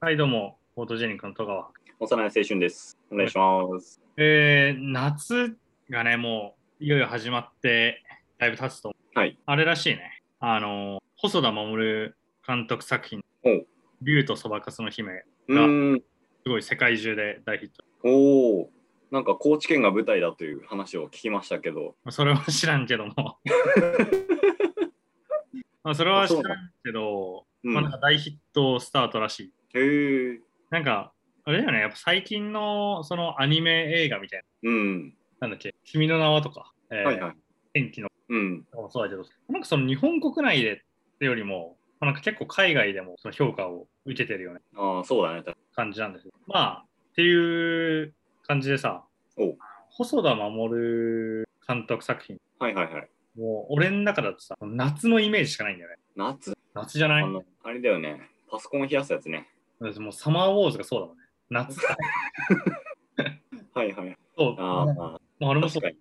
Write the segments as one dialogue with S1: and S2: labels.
S1: はい、どうも、フォートジェニックの戸川。
S2: 幼い青春です。お願いします。
S1: えー、夏がね、もういよいよ始まって、だいぶ経つと思う
S2: はい。
S1: あれらしいね、あの、細田守監督作品
S2: おう、
S1: 竜とそばかすの姫、す
S2: うーん。
S1: ごい世界中で大ヒット。
S2: おお。なんか高知県が舞台だという話を聞きましたけど。
S1: まあそれは知らんけど も。まあそれは知らんけど、
S2: うん。
S1: まあ、なんか大ヒットスタートらしい。
S2: へえ。
S1: なんか、あれだよね、やっぱ最近のそのアニメ映画みたい
S2: うん。
S1: な、なんだっけ、君の名はとか、えー
S2: はいはい。
S1: 天気の
S2: うん。
S1: もそうだけど、なんかその日本国内でってよりも、まあなんか結構海外でもその評価を受けてるような
S2: ああ、そうだね。
S1: 感じなんですよ。まあ、っていう感じでさ
S2: おう、
S1: 細田守監督作品、
S2: はいはいはい。
S1: もう俺の中だとさ、夏のイメージしかないんだよね。
S2: 夏、
S1: 夏じゃな
S2: あ
S1: い
S2: の、あれだよね。パソコン冷やすやつね。
S1: もうサマーウォーズがそうだもんね。夏だ。
S2: はいはい。
S1: そう。
S2: あ
S1: ま
S2: あ、
S1: あ、あれもそう
S2: 確かに。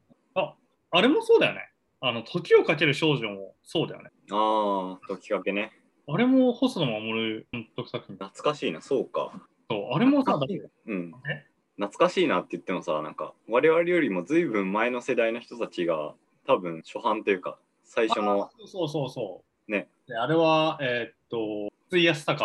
S1: あ。あれもそうだよね。あの、時をかける少女もそうだよね。
S2: ああ、ときかけね。
S1: あれも細田守監督作品だ。
S2: 懐かしいな、そうか。
S1: そう、あれもさ、だって
S2: うん
S1: え。
S2: 懐かしいなって言ってもさ、なんか、我々よりもずいぶん前の世代の人たちが、多分初版というか、最初の
S1: あ、ーそうそうそうそう。
S2: ね。
S1: であれは、えーっと、筒井康隆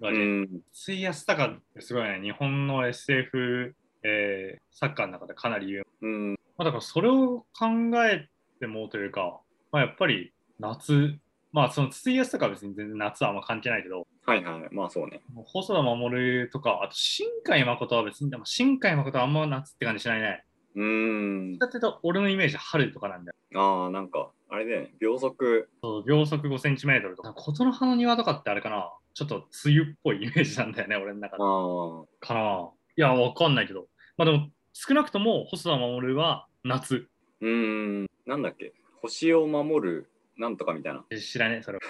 S1: が
S2: う
S1: ね、
S2: ん、
S1: 筒井康隆ってすごいね、日本の SF、えー、サッカーの中でかなり有名。
S2: うん、
S1: まあ、だからそれを考えてもというか、まあ、やっぱり夏、まあその筒井康隆は別に全然夏はあんま関係ないけど、
S2: はいはい、まあそうね。
S1: もう細田守とか、あと新海誠は別に、でも新海誠はあんま夏って感じしないね。
S2: うーん。
S1: だっていうと俺のイメージは春とかなんだよ。
S2: ああ、なんか、あれだよね。秒速。
S1: そう秒速5センチメートルとか、琴の葉の庭とかってあれかな、ちょっと梅雨っぽいイメージなんだよね、俺の中
S2: あ
S1: で。か
S2: あ、
S1: な。いや、わかんないけど。まあでも、少なくとも細田守は夏。
S2: うーん。なんだっけ。星を守る、なんとかみたいな。
S1: え知らねえ、それは。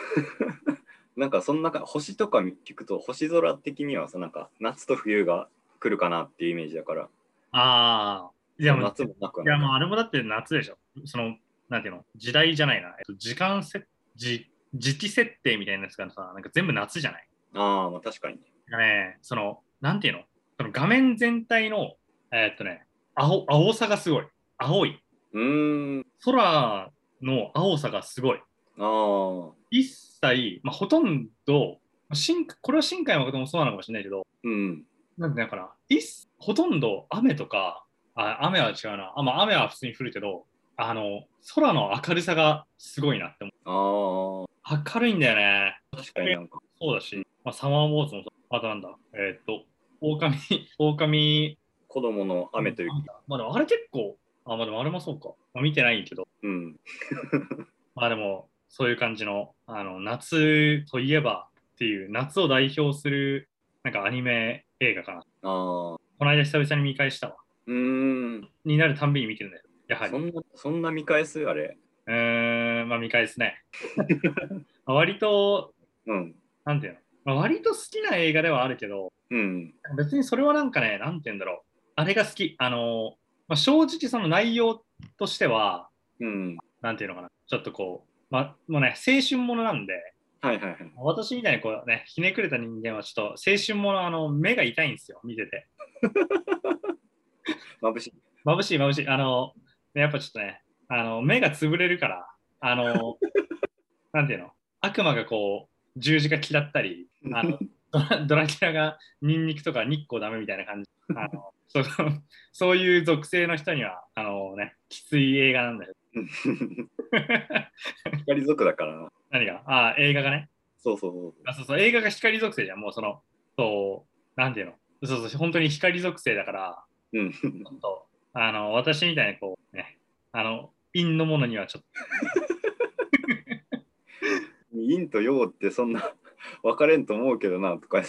S2: なんか、その中、星とか聞くと、星空的にはさ、なんか、夏と冬が来るかなっていうイメージだから、
S1: ああ。いや、もう
S2: 夏もなくはいな
S1: や
S2: い。
S1: もうあれもだって夏でしょ。その、なんていうの、時代じゃないな。えっと、時間せ、じ時期設定みたいなやつがさ、なんか全部夏じゃない。
S2: ああ、まあ確かに。
S1: なんかね、その、なんていうの、その画面全体の、えーっとね、青、青さがすごい。青い。
S2: うーん。
S1: 空の青さがすごい。
S2: ああ、
S1: 一切、まあ、ほとんど、新これは新海誠もそうなのかもしれないけど、
S2: うん。
S1: なんていうのかな、一ほとんど雨とか、あ雨は違うな、あまあ、雨は普通に降るけど、あの空の明るさがすごいなって思
S2: あ
S1: う。明るいんだよね。
S2: あ、確かになんか。
S1: そうだし、まあ、サマーウォーズもそう、あとなんだ、えーっと、狼、狼、
S2: 子供の雨というか。
S1: まあでもあれ結構、あ、まあでもあれもそうか、まあ、見てないけど、
S2: うん。
S1: まあでも、そういう感じの、あの、夏といえばっていう、夏を代表する、なんかアニメ映画かな。
S2: ああ、う
S1: この間久々に見返したわ。
S2: ーん。
S1: になるたんびに見てるんだよ。やはり
S2: そ。んな、そんな見返すあれ。
S1: うーん、まあ見返すね。 まあ割と、
S2: うん。
S1: なんていうの、まあ、割と好きな映画ではあるけど、
S2: うん。
S1: 別にそれはなんかね、なんて言うんだろう。あれが好き。あの、まあ、正直その内容としては、
S2: うん。
S1: なんていうのかな。ちょっとこう、まあ、もうね、青春ものなんで、
S2: はいはいはい。
S1: 私みたいにこうね、ひねくれた人間はちょっと青春もの、あの、目が痛いんですよ、見てて。
S2: 眩しい。
S1: 眩しい眩しい。あの、やっぱちょっとね、あの、目が潰れるから、あの、 なんていうの、悪魔がこう、十字架嫌ったり、あの、ドラ ドラキュラがニンニクとか日光ダメみたいな感じ。あのそうそういう属性の人には、あのね、きつい映画なんだよ。
S2: 光族だからな。
S1: 何があ映画がね。
S2: そうそうそう。
S1: あそうそう映画が光属性じゃん、もうその、そう、なんていうの、そうそう、本当に光属性だから、
S2: うん。
S1: ちょっと、あの、私みたいにこう、ね、あの、陰のものにはちょっ
S2: 陰と陽ってそんな 分かれんと思うけどなとか。
S1: と、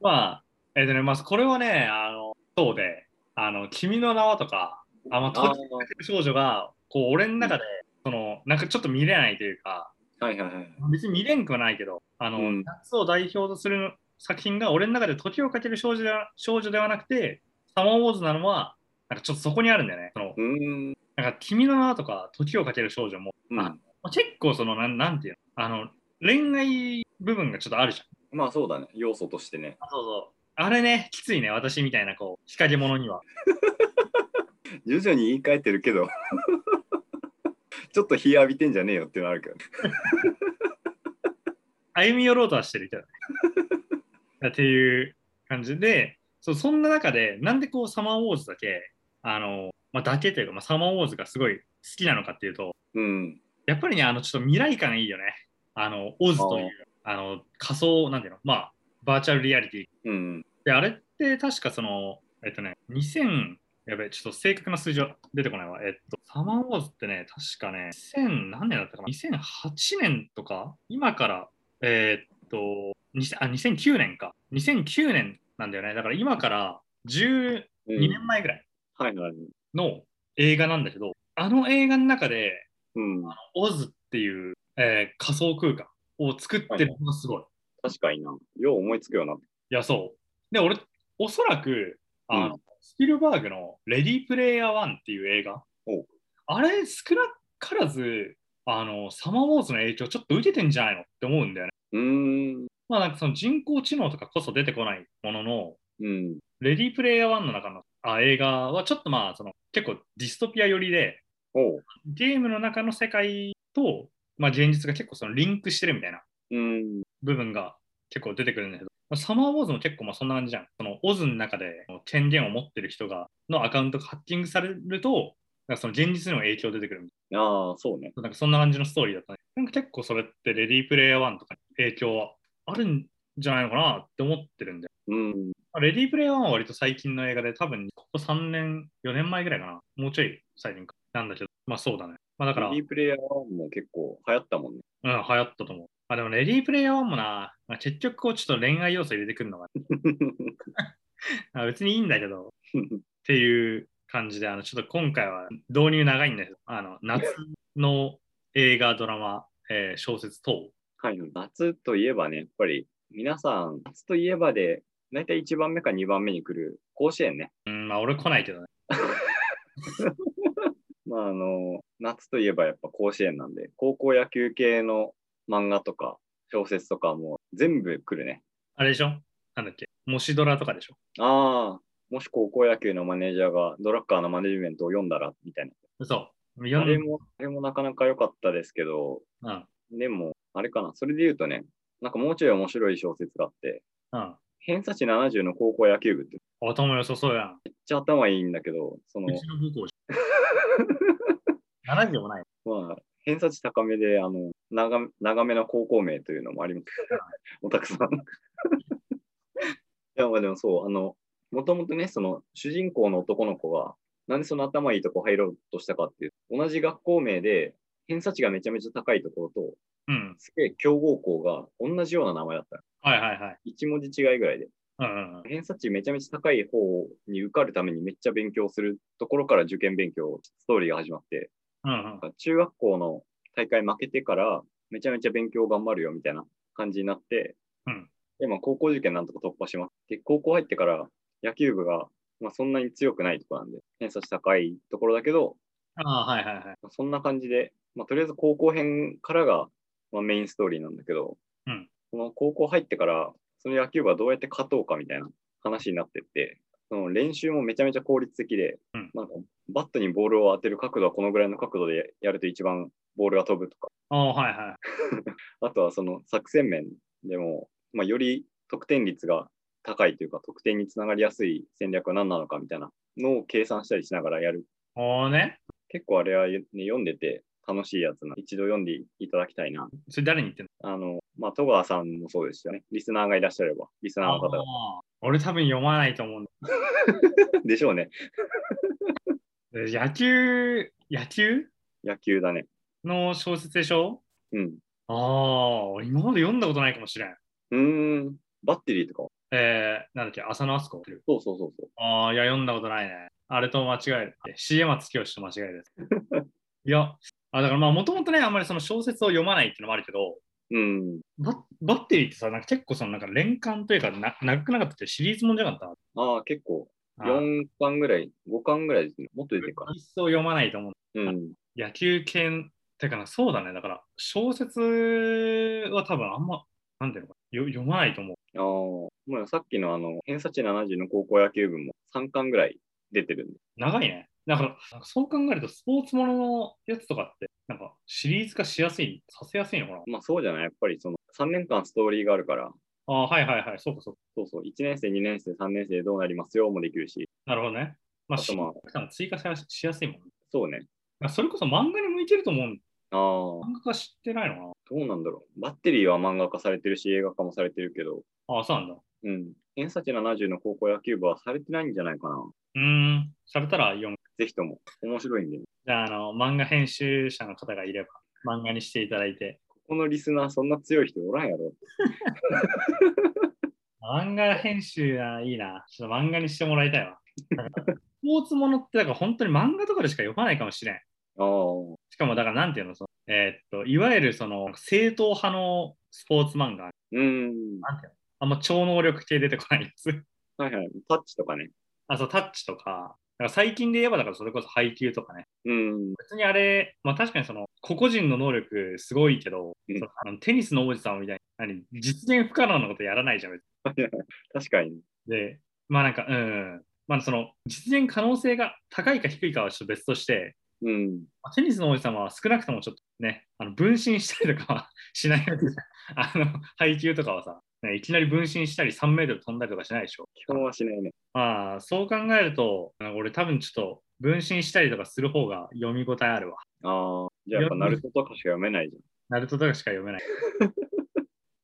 S1: まあ、えっ、とね、まあ、これはね、あの、そうで、あの、君の名はとか、あの、
S2: あ
S1: 閉じてる少女が、こう、俺の中で、その、なんかちょっと見れないというか、
S2: はいはいはい。
S1: 別に見れんくはないけど、あの、
S2: うん
S1: 夏を代表とする作品が、俺の中で時をかける少女では少女ではなくて、サマーウォーズなのは、なんかちょっとそこにあるんだよね。その
S2: うーん。
S1: なんか君の名はとか、時をかける少女も、
S2: うん。
S1: あ結構その、なんなんていうの、あの、恋愛部分がちょっとあるじゃん。
S2: まあそうだね、要素としてね。
S1: あそうそう。あれね、きついね、私みたいな、こう、日陰者には。
S2: 徐々に言い換えてるけど、ちょっと日浴びてんじゃねえよっていうのあるけど、
S1: 歩み寄ろうとはしてるけどね。っていう感じで、そうそんな中で、なんでこう、サマーウォーズだけ、あの、まあ、だけというか、まあ、サマーウォーズがすごい好きなのかっていうと、
S2: うん。
S1: やっぱりね、あの、ちょっと未来感いいよね。あの、オズという、あの、仮想、なんていうの、まあ、バーチャルリアリティ。
S2: うん。
S1: で、あれって確かその、えっとね、2000、やべえ、ちょっと正確な数字は出てこないわ。えっと、サマーウォーズってね、確かね、2000何年だったかな ?2008 年とか今から、えーっと、2000あ、2009年か。2009年なんだよね。だから今から12
S2: うん
S1: 年前ぐらい
S2: はいはい。
S1: の映画なんだけど、あの映画の中で、
S2: うん。
S1: オズっていう、えー仮想空間を作ってるのがすごい。い、
S2: 確かにな。よう思いつくよな。
S1: や、そう。で、俺、おそらく、あの
S2: う
S1: スピルバーグのレディープレイヤー1っていう映画
S2: おう、
S1: あれ、少なからず、あの、サマーウォーズの影響ちょっと受けてんじゃないのって思うんだよね。
S2: うーん。
S1: まあ、なんかその人工知能とかこそ出てこないものの、
S2: うん。
S1: レディープレイヤー1の中のあ映画はちょっとまあ、その結構ディストピア寄りで、
S2: おう。
S1: ゲームの中の世界と、まあ、現実が結構そのリンクしてるみたいな
S2: うん。
S1: 部分が結構出てくるんだけど、まあサマーウォーズも結構まあそんな感じじゃん。そのオズの中で権限を持ってる人がのアカウントがハッキングされると、なんかその現実にも影響出てくるみた
S2: ああ、そうね。
S1: いな。なんかそんな感じのストーリーだったね。なんか結構それってレディープレイヤー1とかに影響はあるんじゃないのかなって思ってるんで。
S2: うん。
S1: まあレディープレイヤー1は割と最近の映画で、多分ここ3年、4年前ぐらいかな。もうちょい最近かなんだけど、まあそうだね。まあだから、
S2: リープレイヤーも結構流行ったもんね。
S1: うん、流行ったと思う。あ、でも、レディープレイヤー1もな、まあ、結局、こう、ちょっと恋愛要素入れてくるのが、あ別にいいんだけど、っていう感じで、あの、ちょっと今回は導入長いんだけど、あの、夏の映画、ドラマ、えー小説等。
S2: はい、夏といえばね、やっぱり皆さん、夏といえばで、大体1番目か2番目に来る甲子園ね。
S1: うん、まあ、俺来ないけどね。
S2: まあ、あの、夏といえばやっぱ甲子園なんで、高校野球系の漫画とか小説とかも全部来るね。
S1: あれでしょなんだっけもしドラとかでしょ
S2: ああ、もし高校野球のマネージャーがドラッカーのマネジメントを読んだら、みたい
S1: そう。
S2: な。
S1: 読
S2: あ
S1: んで
S2: れも、あれもなかなか良かったですけど、
S1: うん、
S2: でも、あれかな、それで言うとね、なんかもうちょい面白い小説があって、
S1: うん。
S2: 偏差値70の高校野球部って
S1: 頭良さそうやん。
S2: めっちゃ頭いいんだけど、その
S1: う、ちの母校じ ゃん。70もない。
S2: まあ、偏差値高めで、あの、長め長めの高校名というのも あります。おたくさん。いや、まあでもそう、あの、もともとね、その、主人公の男の子が、なんでその頭いいとこ入ろうとしたかっていう、同じ学校名で、偏差値がめちゃめちゃ高いところと、
S1: うん。
S2: すげえ強豪校が同じような名前だったの。
S1: はいはいはい。
S2: 一文字違いぐらいで。
S1: うんうんうん。
S2: 偏差値めちゃめちゃ高い方に受かるためにめっちゃ勉強するところから受験勉強、ストーリーが始まって、
S1: うんうん
S2: なんか中学校の大会負けてから、めちゃめちゃ勉強頑張るよみたいな感じになって、
S1: うん
S2: でまあ高校受験なんとか突破します。で、高校入ってから野球部が、まあ、そんなに強くないところなんで、偏差値高いところだけど、
S1: ああ、はいはいはい。
S2: まあそんな感じで、まあ、とりあえず高校編からが、まあ、メインストーリーなんだけど、
S1: うん
S2: その高校入ってから、その野球部はどうやって勝とうかみたいな話になってって、その練習もめちゃめちゃ効率的で、
S1: うん
S2: なんかバットにボールを当てる角度はこのぐらいの角度でやると一番ボールが飛ぶとか、
S1: ああ、はいはい。
S2: あとはその作戦面でも、まあ、より得点率が高いというか、得点につながりやすい戦略は何なのかみたいなのを計算したりしながらやる
S1: おーね。
S2: 結構あれは、ね、読んでて楽しいやつな。一度読んでいただきたいな。
S1: それ誰に言ってんの
S2: あの、まあ、戸川さんもそうでしたね。リスナーがいらっしゃれば、リスナーの方が。
S1: あー俺多分読まないと思うんだ。
S2: でしょうね。
S1: え野球、野球
S2: 野球だね。
S1: の小説でしょ
S2: うん。
S1: ああ、俺今まで読んだことないかもしれん。
S2: うーん。バッテリーとかは
S1: えー、なんだっけ、浅野あすこ
S2: そうそうそうそう。
S1: ああ、いや、読んだことないね。あれと間違える。重松清と間違えるやつ。いや、あだからまあ、もともとね、あんまりその小説を読まないっていうのもあるけど、
S2: うん。
S1: ババッテリーってさ、なんか結構そのなんか連巻というかな、長くなかったってシリーズもんじゃなかっ
S2: ああ、結構、
S1: た。あー
S2: 4巻ぐらい、5巻ぐらいですね。もっと出てるか
S1: 一層読まないと思う。
S2: な。うん。
S1: 野球系ってかな、そうだね。だから、小説は多分あんま、なんていうのかよ読まないと思う。
S2: ああ、まあ、さっきのあの、偏差値70の高校野球部も3巻ぐらい出てるんで。
S1: 長いね。だから、なんかそう考えると、スポーツもののやつとかって、なんかシリーズ化しやすい、させやすいのかな。
S2: まあそうじゃないやっぱりその3年間ストーリーがあるから、
S1: ああ、はいはいはい、そうかそうか。
S2: そうそう、1年生、2年生、3年生どうなりますよもできるし、
S1: なるほどね。まあ、
S2: あとまあ
S1: 追加しやすしやすいもんね。
S2: そうね。
S1: まあそれこそ漫画に向いてると思うん
S2: ああ、ど
S1: 漫画化知ってないのか
S2: うなんだろう。バッテリーは漫画化されてるし、映画化もされてるけど、
S1: なああ、そうなんだ。
S2: うん。偏差値70の高校野球部はされてないんじゃないかな。
S1: うーん、されたら読む。
S2: ぜひとも。面白いんで、ね、
S1: じゃあ、あの、漫画編集者の方がいれば、漫画にしていただいて、
S2: ここのリスナーそんな強い人おらんやろ。
S1: 漫画編集はいいな。ちょっと漫画にしてもらいたいわ。なんかスポーツものって、だから本当に漫画とかでしか読まないかもしれん。
S2: ああ、
S1: しかも、だから、なんていうの、そのえーっと、いわゆる、その、正統派のスポーツ漫画、
S2: うん。
S1: なんていうの、あんま超能力系出てこないやつ。
S2: はいはい。タッチとかね。
S1: あ、そう、タッチとか、だから最近で言えば、だからそれこそ配給とかね。
S2: うん。
S1: 別にあれ、まあ確かにその個々人の能力すごいけど、
S2: うん
S1: そのあのテニスの王子さんみたいに何実現不可能なことやらないじゃん。別
S2: 確かに。
S1: にで、まあなんか、うん、まあその実現可能性が高いか低いかはちょっと別として、
S2: うん。
S1: まあテニスの王子さんは少なくともちょっとね、あの分身したりとかは しないわけじゃん。あの配球とかはさ、ねいきなり分身したり3メートル飛んだりとかしないでしょ。
S2: 基本はしないね。
S1: まあそう考えると、なんか俺多分ちょっと分身したりとかする方が読み応えあるわ。
S2: ああ、じゃあやっぱナルトとかしか読めないじ
S1: ナルトとかしか読めない。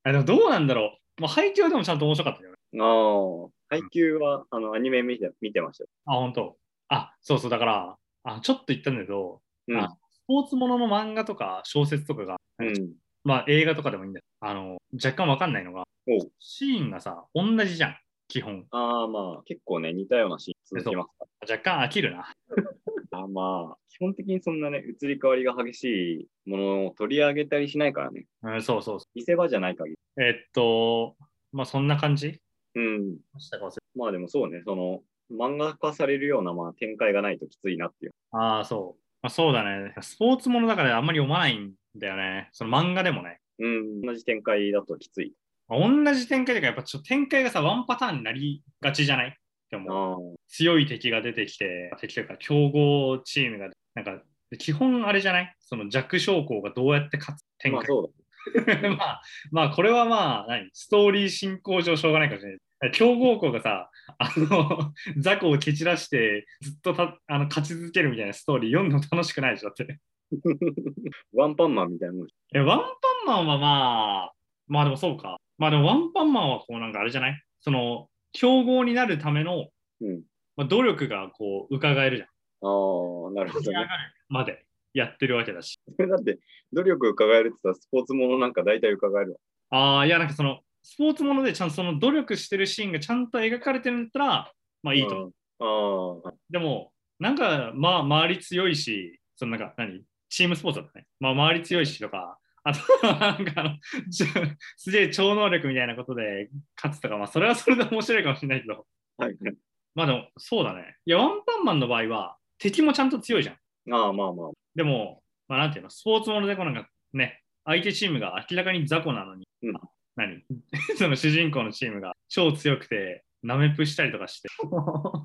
S1: あでもどうなんだろう。もう配給はでもちゃんと面白かったよね。
S2: ゃん。ああ、配給は、あの、アニメ見て見てましたよ。
S1: あ、本当。あ、そうそう、だから、あちょっと言ったんだけど、
S2: うん。
S1: あスポーツものの漫画とか小説とかが、
S2: うん。
S1: まあ映画とかでもいいんだよ。あの、若干わかんないのが
S2: おう、
S1: シーンがさ、同じじゃん、基本。
S2: ああ、まあ、結構ね、似たようなシーン続きますか
S1: 若干飽きるな。
S2: ら。あーまあ、基本的にそんなね、移り変わりが激しいものを取り上げたりしないからね。
S1: うん、そうそうそ
S2: 見せ場じゃない限り。
S1: う。えっと、まあそんな感じ
S2: うん。
S1: したか忘れ
S2: まあでもそうね、その、漫画化されるような、まあ、展開がないときついなっていう。
S1: ああ、そう。まあ、そうだね。スポーツものだからあんまり読まないんだよね。その漫画でもね。
S2: うん。同じ展開だときつい。
S1: まあ同じ展開というか、やっぱちょっと展開がさ、ワンパターンになりがちじゃないで
S2: あ
S1: も、
S2: あ、
S1: 強い敵が出てきて、敵というか、強豪チームが、なんか、基本あれじゃないその弱小校がどうやって勝つ展
S2: まあ
S1: 開。
S2: そう
S1: まあ、まあ、これはまあ、何ストーリー進行上しょうがないかもしれない。強豪校がさ、あの、 雑魚を蹴散らして、ずっとたあの勝ち続けるみたいなストーリー読んでも楽しくないでしょ、だって。
S2: だ。ワンパンマンみたいなもん。
S1: え、ワンパンマンはまあ、まあでもそうか。まあでもワンパンマンはこうなんかあれじゃないその、強豪になるための、
S2: うん。
S1: まあ、努力がこう、伺えるじゃん。
S2: ああ、なるほ
S1: 立ち
S2: ど
S1: 上が
S2: ね
S1: る。までやってるわけだし。
S2: だって、努力伺えるって言ったら、スポーツものなんか大体伺えるわ。
S1: ああ、いやなんかその、スポーツものでちゃんとその努力してるシーンがちゃんと描かれてるんだったら、まあいいと思う。
S2: うん。ああ、
S1: でも、なんか、まあ、周り強いし、そのなんか何、チームスポーツだったね。まあ、周り強いしとか、あと、なんかあの、ちょすげえ超能力みたいなことで勝つとか、まあ、それはそれで面白いかもしれないけど、
S2: はい。
S1: まあでも、そうだね。いや、ワンパンマンの場合は、敵もちゃんと強いじゃん。
S2: ああ、まあまあ。
S1: でも、まあ、なんていうの、スポーツもので、こうなんかね、相手チームが明らかに雑魚なのに、
S2: うん
S1: 何 その主人公のチームが超強くて、ナメプしたりとか して、ま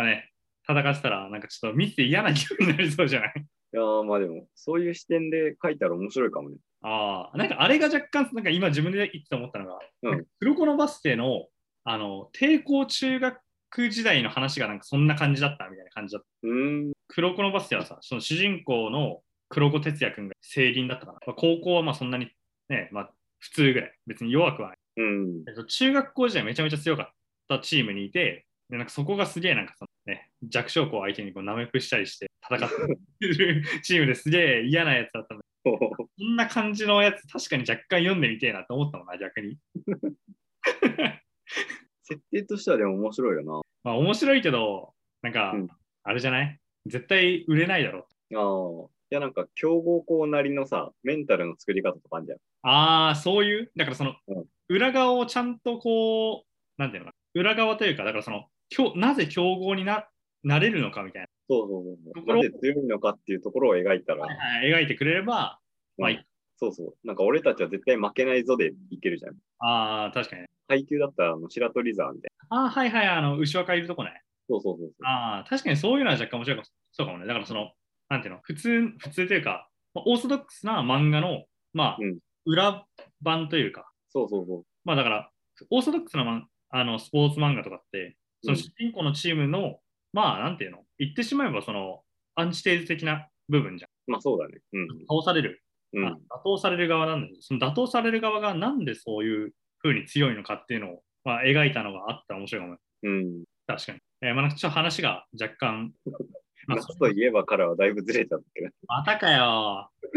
S1: あね、戦ってたら、なんかちょっと見てて嫌な気分になりそうじゃない
S2: いやーまあでも、そういう視点で書いたら面白いかもね。
S1: ああ、なんかあれが若干、なんか今自分で言ってて思ったのが、
S2: うん
S1: なんか黒子のバスケの、あの、抵抗中学時代の話がなんかそんな感じだったみたいな感じだった。
S2: うーん。
S1: 黒子のバスケはさ、その主人公の黒子哲也君が成人だったから、まあ高校はまあそんなにね、まあ普通ぐらい、別に弱くはない。
S2: うん。
S1: えっと中学校時代めちゃめちゃ強かったチームにいて、でなんかそこがすげえなんかその、ね、弱小校相手にこうナメプしたりして戦ってるチームですげえ嫌なやつだったので、こんな感じのやつ確かに若干読んでみてえなと思ったもんな、逆に。
S2: 設定としてはでも面白いよ
S1: まあ面白いけど、なんか、
S2: うん
S1: あれじゃない絶対売れないだろう。
S2: な。ああ。いや、なんか、強豪校なりのさ、メンタルの作り方とかあるじゃん。
S1: ああ、そういう、だからその
S2: うん、
S1: 裏側をちゃんとこう、なんていうのかな、裏側というか、だからその、きょなぜ強豪にななれるのかみたい
S2: そうそうそう
S1: と
S2: そ
S1: こ
S2: う。
S1: ろ
S2: なぜ強いのかっていうところを描いたら、
S1: な、描いてくれれば、まあ
S2: うんそうそう。なんか俺たちは絶対負けないぞでいけるじゃん。
S1: ああ、確かに。
S2: 階級だったらあの白鳥沢みたいな。
S1: ああ、はいはい、あの、牛若いるとこね。
S2: そうそうそうそう。
S1: ああ、確かにそういうのは若干面白いかもそうかもね。だからその、なんていうの、普通、普通というか、まあオーソドックスな漫画の、まあ、
S2: うん
S1: 裏版というか、
S2: そうそうそう。
S1: まあだから、オーソドックスなマンあのスポーツ漫画とかって、その
S2: うん
S1: 主人公のチームの、まあなんていうの、言ってしまえばその、アンチテーズ的な部分じゃん。
S2: まあそうだね。
S1: 倒される、
S2: うん。う
S1: あ
S2: ん。
S1: 打倒される側なんだけど、その打倒される側がなんでそういう風に強いのかっていうのを、まあ、描いたのがあったら面白いかも。
S2: うん。
S1: 確かに。えーまあ、なんかちょっと話が若干、まあ、
S2: 夏といえばからはだいぶずれちゃったけど。
S1: またかよ。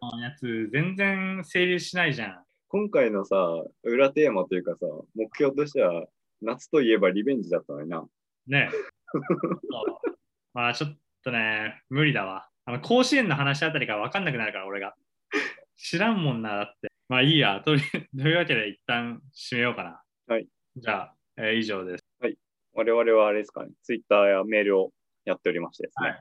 S1: このやつ、全然成立しないじゃん。
S2: 今回のさ、裏テーマというかさ、目標としては、夏といえばリベンジだったのにな。
S1: ねえ。そうまあちょっとね、無理だわ。あの甲子園の話あたりから分かんなくなるから、俺が。知らんもんな、だって。まあいいや。とり というわけで、一旦締めようかな。
S2: はい。
S1: じゃあ、えー以上です。
S2: 我々はあれですかね、ツイッターやメールをやっておりましてですね、
S1: は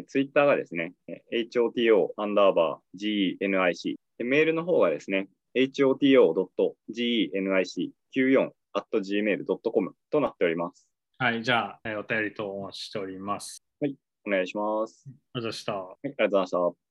S2: えツイッター Twitter がですね、hoto アンダーバー genic、でメールの方がですね、hoto.genic94 at gmail.com となっております。
S1: はい、じゃあ、えーお便りとお待ちしております。
S2: お願いします。
S1: ありがとうございました。
S2: はい、ありがとうございました。